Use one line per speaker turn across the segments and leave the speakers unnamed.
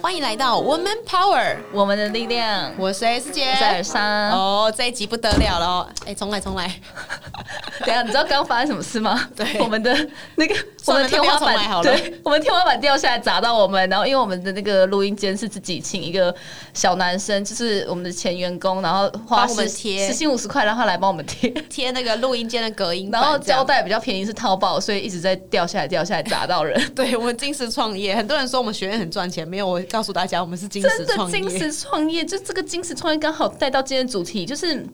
欢迎来到 Woman Power，
我们的力量。
我是 S 姐，
我是尔莎
哦，这一集不得了了哦，哎，重来重来，
等一下，你知道刚刚发生什么事吗？
对
我们的那个我
算了
们天花
那不要重来好
板，
了
对，我们天花板掉下来砸到我们，然后因为我们的那个录音间是自己请一个小男生，就是我们的前员工，然后花
帮我们贴
时薪五十块让他来帮我们贴，
贴那个录音间的隔音板
然后
这样
胶带比较便宜是淘宝，所以一直在掉下来掉下来砸到人。
对我们金石创业，很多人说我们学院很赚钱，没有，我告诉大家，我们是金石
真的
创
金
业。
石创业，就这个金石创业刚好带到今天的主题，就是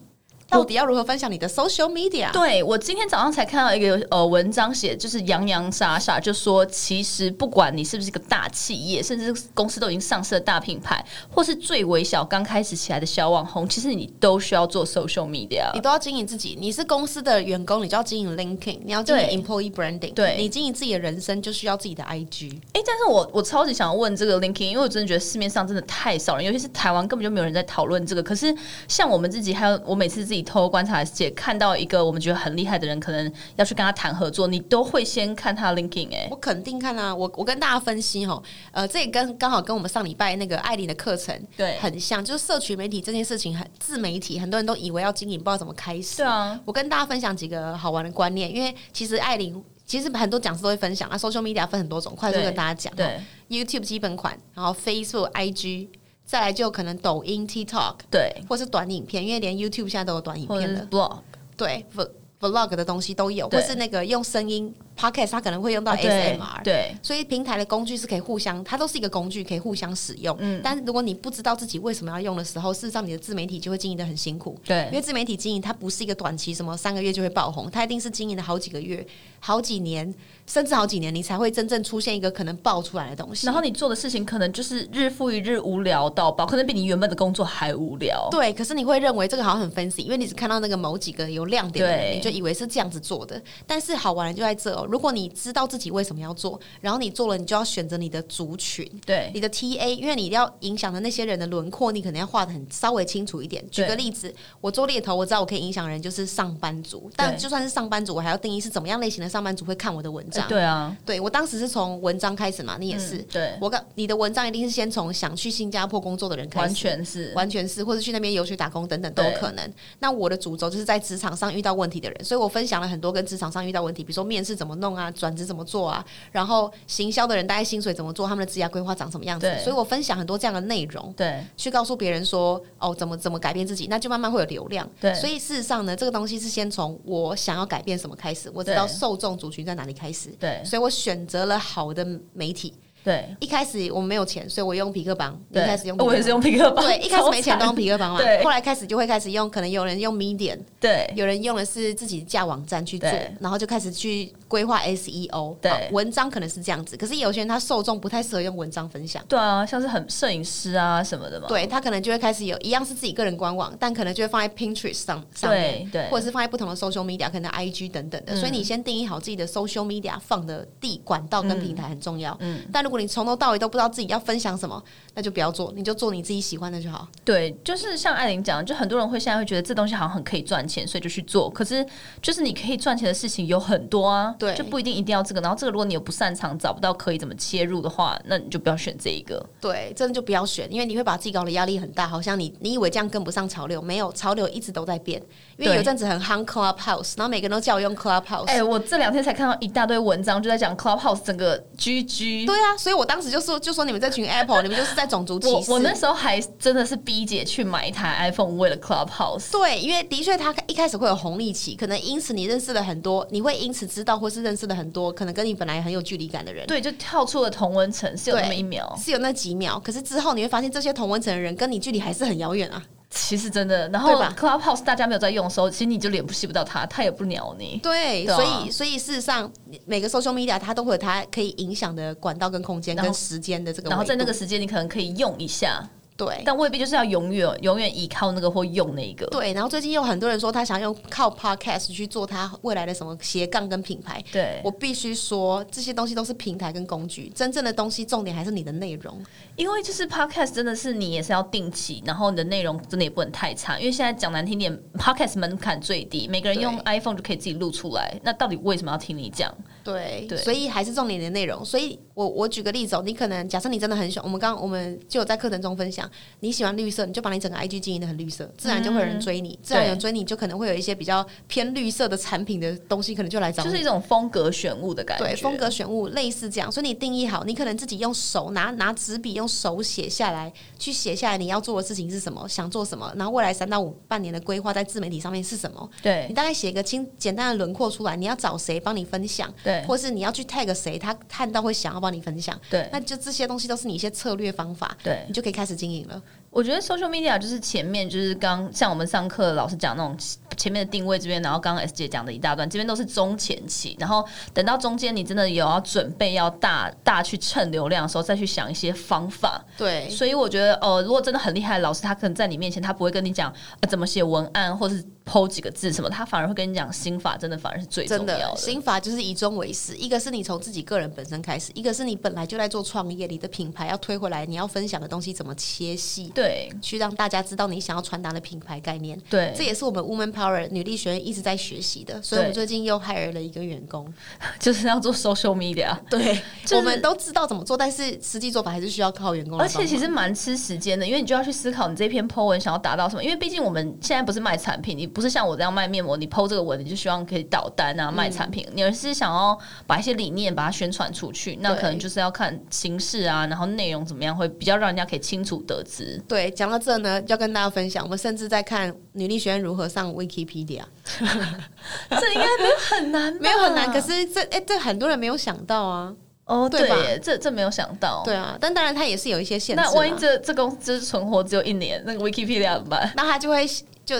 到底要如何分享你的 social media？
对我今天早上才看到一个呃文章写，就是洋洋洒洒就说，其实不管你是不是一个大企业，甚至是公司都已经上市的大品牌，或是最微小刚开始起来的小网红，其实你都需要做 social media
你。都要经营自己，你是公司的员工，你就要经营 LinkedIn，你要经
对
营 employee branding，
对
你经营自己的人生就需要自己的 IG。
哎、但是我我超级想要问这个 LinkedIn，因为我真的觉得市面上真的太少人，尤其是台湾根本就没有人在讨论这个。可是像我们自己，还有我每次自己偷偷观察姐看到一个我们觉得很厉害的人，可能要去跟他谈合作，你都会先看他 LinkedIn 哎、
我肯定看啊，我我跟大家分析哈，呃，这也跟刚好跟我们上礼拜那个艾琳的课程
对
很像，就是社群媒体这件事情很自媒体，很多人都以为要经营，不知道怎么开始。
对啊，
我跟大家分享几个好玩的观念，因为其实艾琳。其实很多讲师都会分享啊，social media 分很多种，快速
对
跟大家讲。
对
YouTube 基本款，然后 Facebook、IG，再来就可能抖音、TikTok，
对。
或是短影片，因为连 YouTube 现在都有短影
或者
片
是
了。
blog，
对，vlog vlog 的东西都有，
对
或是那个用声音 podcast，它可能会用到
啊对
SMR。
对
所以平台的工具是可以互相，它都是一个工具，可以互相使用。
嗯
但是如果你不知道自己为什么要用的时候，事实上你的自媒体就会经营的很辛苦。因
对
为自媒体经营它不是一个短期什么三个月就会爆红，它一定是经营了好几个月、好几年，甚至好几年，你才会真正出现一个可能爆出来的东西。
然后你做的事情可能就是日复一日无聊到爆，可能比你原本的工作还无聊。
对，可是你会认为这个好像很 fancy，因为你只看到那个某几个有亮点的人，
对
你就以为是这样子做的。但是好玩的就在这哦，如果你知道自己为什么要做，然后你做了，你就要选择你的族群。
对
你的 TA，因为你要影响的那些人的轮廓，你可能要画的很稍微清楚一点。举
对
个例子，我做猎头，我知道我可以影响人就是上班族，但
对
就算是上班族，我还要定义是怎么样类型的上班族会看我的文章。
哎对啊，
对我当时是从文章开始嘛，你也是。
嗯对，
我刚你的文章一定是先从想去新加坡工作的人开
完
始，
全是
完全是，或者去那边游学打工等等都有可能。那我的主轴就是在职场上遇到问题的人，所以我分享了很多跟职场上遇到问题，比如说面试怎么弄啊，转职怎么做啊，然后行销的人大概薪水怎么做，他们的职业规划长什么样子
对。
所以我分享很多这样的内容。
对
去告诉别人说哦，怎么怎么改变自己，那就慢慢会有流量。
对
所以事实上呢，这个东西是先从我想要改变什么开始，我知道
对
受众族群在哪里开始，
对
所以我选择了好的媒体。
对
一开始我没有钱，所以我用皮克邦，你一
对，
开始用皮克
我
邦
也是用皮克 邦，
对，一开始没钱都用
皮，
皮克邦嘛
对，
后来开始就会开始用，可能有人用 Medium，
对
有人用的是自己架网站去做
对，
然后就开始去规划 SEO。
对
好文章可能是这样子，可是有些人他受众不太适合用文章分享。
对啊，像是很摄影师啊什么的嘛，
对他可能就会开始有一样是自己个人官网，但可能就会放在 Pinterest 上上面，
对对
或者是放在不同的 social media，可能 IG 等等的。
嗯
所以你先定义好自己的 social media 放的地管道跟平台很重要。
嗯
但如果你从头到尾都不知道自己要分享什么，那就不要做，你就做你自己喜欢的就好。
对，就是像艾琳讲，就很多人会现在会觉得这东西好像很可以赚钱，所以就去做。可是就是你可以赚钱的事情有很多啊，
对
就不一定一定要这个。然后这个如果你又不擅长，找不到可以怎么切入的话，那你就不要选这一个。
对，真的就不要选，因为你会把自己搞得压力很大，好像你你以为这样跟不上潮流，没有，潮流一直都在变。因为
对
有阵子很夯 Clubhouse，然后每个人都叫我用 Clubhouse，、
哎、我这两天才看到一大堆文章，就在讲 Clubhouse 整个 GG。
对啊，所以我当时就说就说你们这 群 Apple，你们就是在种族歧
我
视。
我那时候还真的是逼姐去买一台 iPhone 为了 Clubhouse。
对，因为的确，他一开始会有红利期，可能因此你认识了很多，你会因此知道或是认识了很多可能跟你本来很有距离感的人，
对，就跳出了同温层，是有那么
对
一秒。
是有那几秒。可是之后你会发现，这些同温层的人跟你距离还是很遥远啊。
其实真的，然后
对吧
Clubhouse 大家没有在用的时候，其实你就脸不吸不到它，它也不鸟你。
对，
对啊
所以所以事实上，每个 social media 它都会有它可以影响的管道跟空间
然后
跟时间的这个维度，
然后在那个时间，你可能可以用一下，
对。
但未必就是要永远永远依靠那个或用那个。
对，然后最近有很多人说他想用靠 podcast 去做他未来的什么斜杠跟品牌，
对，
我必须说这些东西都是平台跟工具，真正的东西重点还是你的内容。
因为就是 podcast 真的是你也是要定期，然后你的内容真的也不能太差，因为现在讲难听点，podcast 门槛最低，每个人用
对
iPhone 就可以自己录出来。那到底为什么要听你讲？
对，
对
所以还是重点的内容。所以我我举个例子哦，你可能假设你真的很喜欢，我们刚我们就有在课程中分享，你喜欢绿色，你就把你整个 IG 经营的很绿色，自然就会有人追你，自然有人追你，就可能会有一些比较偏绿色的产品的东西，可能就来找你。
就是一种风格选物的感觉。
对，风格选物类似这样，所以你定义好，你可能自己用手拿拿纸笔用手写下来，去写下来你要做的事情是什么，想做什么，然后未来三到五半年的规划在自媒体上面是什么，
对
你大概写一个清简单的轮廓出来，你要找谁帮你分享，
对
或是你要去 tag 谁，他看到会想要帮你分享，
对
那就这些东西都是你一些策略方法，
对，
你就可以开始经营了。
我觉得 social media 就是前面就是刚像我们上课老师讲那种前面的定位这边，然后刚刚 S 姐讲的一大段，这边都是中前期，然后等到中间你真的有要准备要大大去蹭流量的时候，再去想一些方法。
对
所以我觉得，呃，如果真的很厉害的老师，他可能在你面前，他不会跟你讲、呃、怎么写文案，或是剖几个字什么，他反而会跟你讲心法，真的反而是最重
真
要的。
心法就是以终为始。一个是你从自己个人本身开始，一个是你本来就在做创业，你的品牌要推回来，你要分享的东西怎么切细，
对
去让大家知道你想要传达的品牌概念。
对，
这也是我们 Woman Power 女力学院一直在学习的，所以我们最
对
近又 hire 了一个员工。
就是要做 social media。
对，
就是
我们都知道怎么做，但是实际做法还是需要靠员工来
而
帮忙。
且其实蛮吃时间的，因为你就要去思考你这篇 po 文想要达到什么。因为毕竟我们现在不是卖产品，你不是像我这样卖面膜，你 po 这个文你就希望可以导单啊卖
嗯
产品，你而是想要把一些理念把它宣传出去。那
对
可能就是要看形式啊，然后内容怎么样会比较让人家可以清楚得知。
对，讲到这呢，要跟大家分享，我们甚至在看女力学院如何上 Wikipedia。
这应该没有很难吧，
没有很难，可是这哎、这很多人没有想到啊，
哦，
对
对
吧
耶，这这没有想到。
对啊，但当然它也是有一些限制啦。啊
那万一这这公司存活只有一年，那个 Wikipedia 怎么办？
那他就会就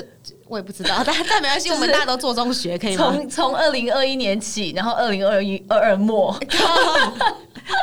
我也不知道，但 但没关系，
就
我
是
们大家都做中学，可以吗？
从从二零二一年起，然后二零二一二二
哎
末，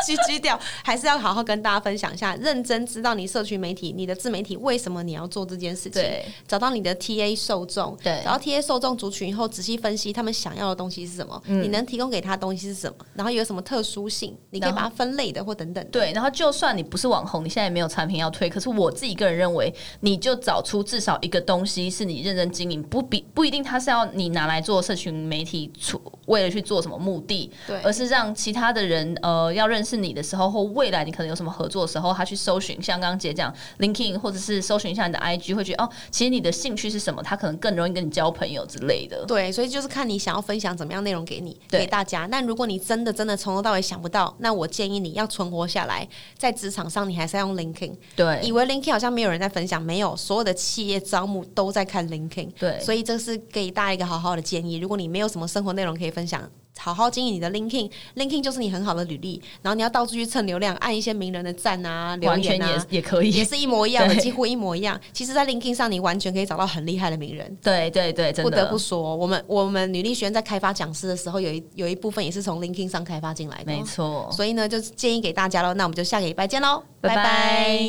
狙狙掉，还是要好好跟大家分享一下，认真知道你社区媒体、你的自媒体为什么你要做这件事情，
对
找到你的 TA 受众，
对
找到 TA 受众族群以后，仔细分析他们想要的东西是什么，
嗯
你能提供给他的东西是什么，然后有什么特殊性，你可以
然
把
后
它分类的或等等的。
对，然后就算你不是网红，你现在也没有产品要推，可是我自己个人认为，你就找出至少一个东西是你认真经营，不比不一定它是要你拿来做社群媒体出为了去做什么目的，
对
而是让其他的人呃要认识你的时候，或未来你可能有什么合作的时候，他去搜寻，像刚刚姐讲 LinkedIn 或者是搜寻一下你的 IG，会觉得哦，其实你的兴趣是什么，他可能更容易跟你交朋友之类的。
对，所以就是看你想要分享怎么样内容给你
对
给大家。那如果你真的真的从头到尾想不到，那我建议你要存活下来，在职场上你还是要用 LinkedIn。
对
以为 LinkedIn 好像没有人在分享，没有，所有的企业招募都在看 LinkedIn。
对
所以这是给大家一个好好的建议。如果你没有什么生活内容可以分享，好好经营你的 LinkedIn，LinkedIn 就是你很好的履历。然后你要到处去蹭流量，按一些名人的赞啊、留
完全
言
也、
啊，
也可以，
也是一模一样的，
对
几乎一模一样。其实，在 LinkedIn 上，你完全可以找到很厉害的名人。
对对对，真
不
的
得不说，我们我们女力学院在开发讲师的时候，有一有一部分也是从 LinkedIn 上开发进来的哦、
没错。
所以呢，就是建议给大家喽。那我们就下个礼拜见喽，
拜拜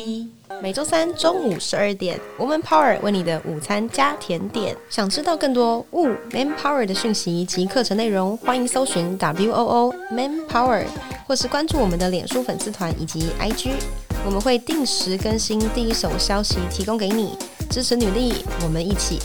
每周三中午十二点，Woman Power 为你的午餐加甜点。想知道更多 Wo Man Power 的讯息及课程内容，欢迎搜寻 W O O Man Power，或是关注我们的脸书粉丝团以及 IG，我们会定时更新第一手消息，提供给你支持女力，我们一起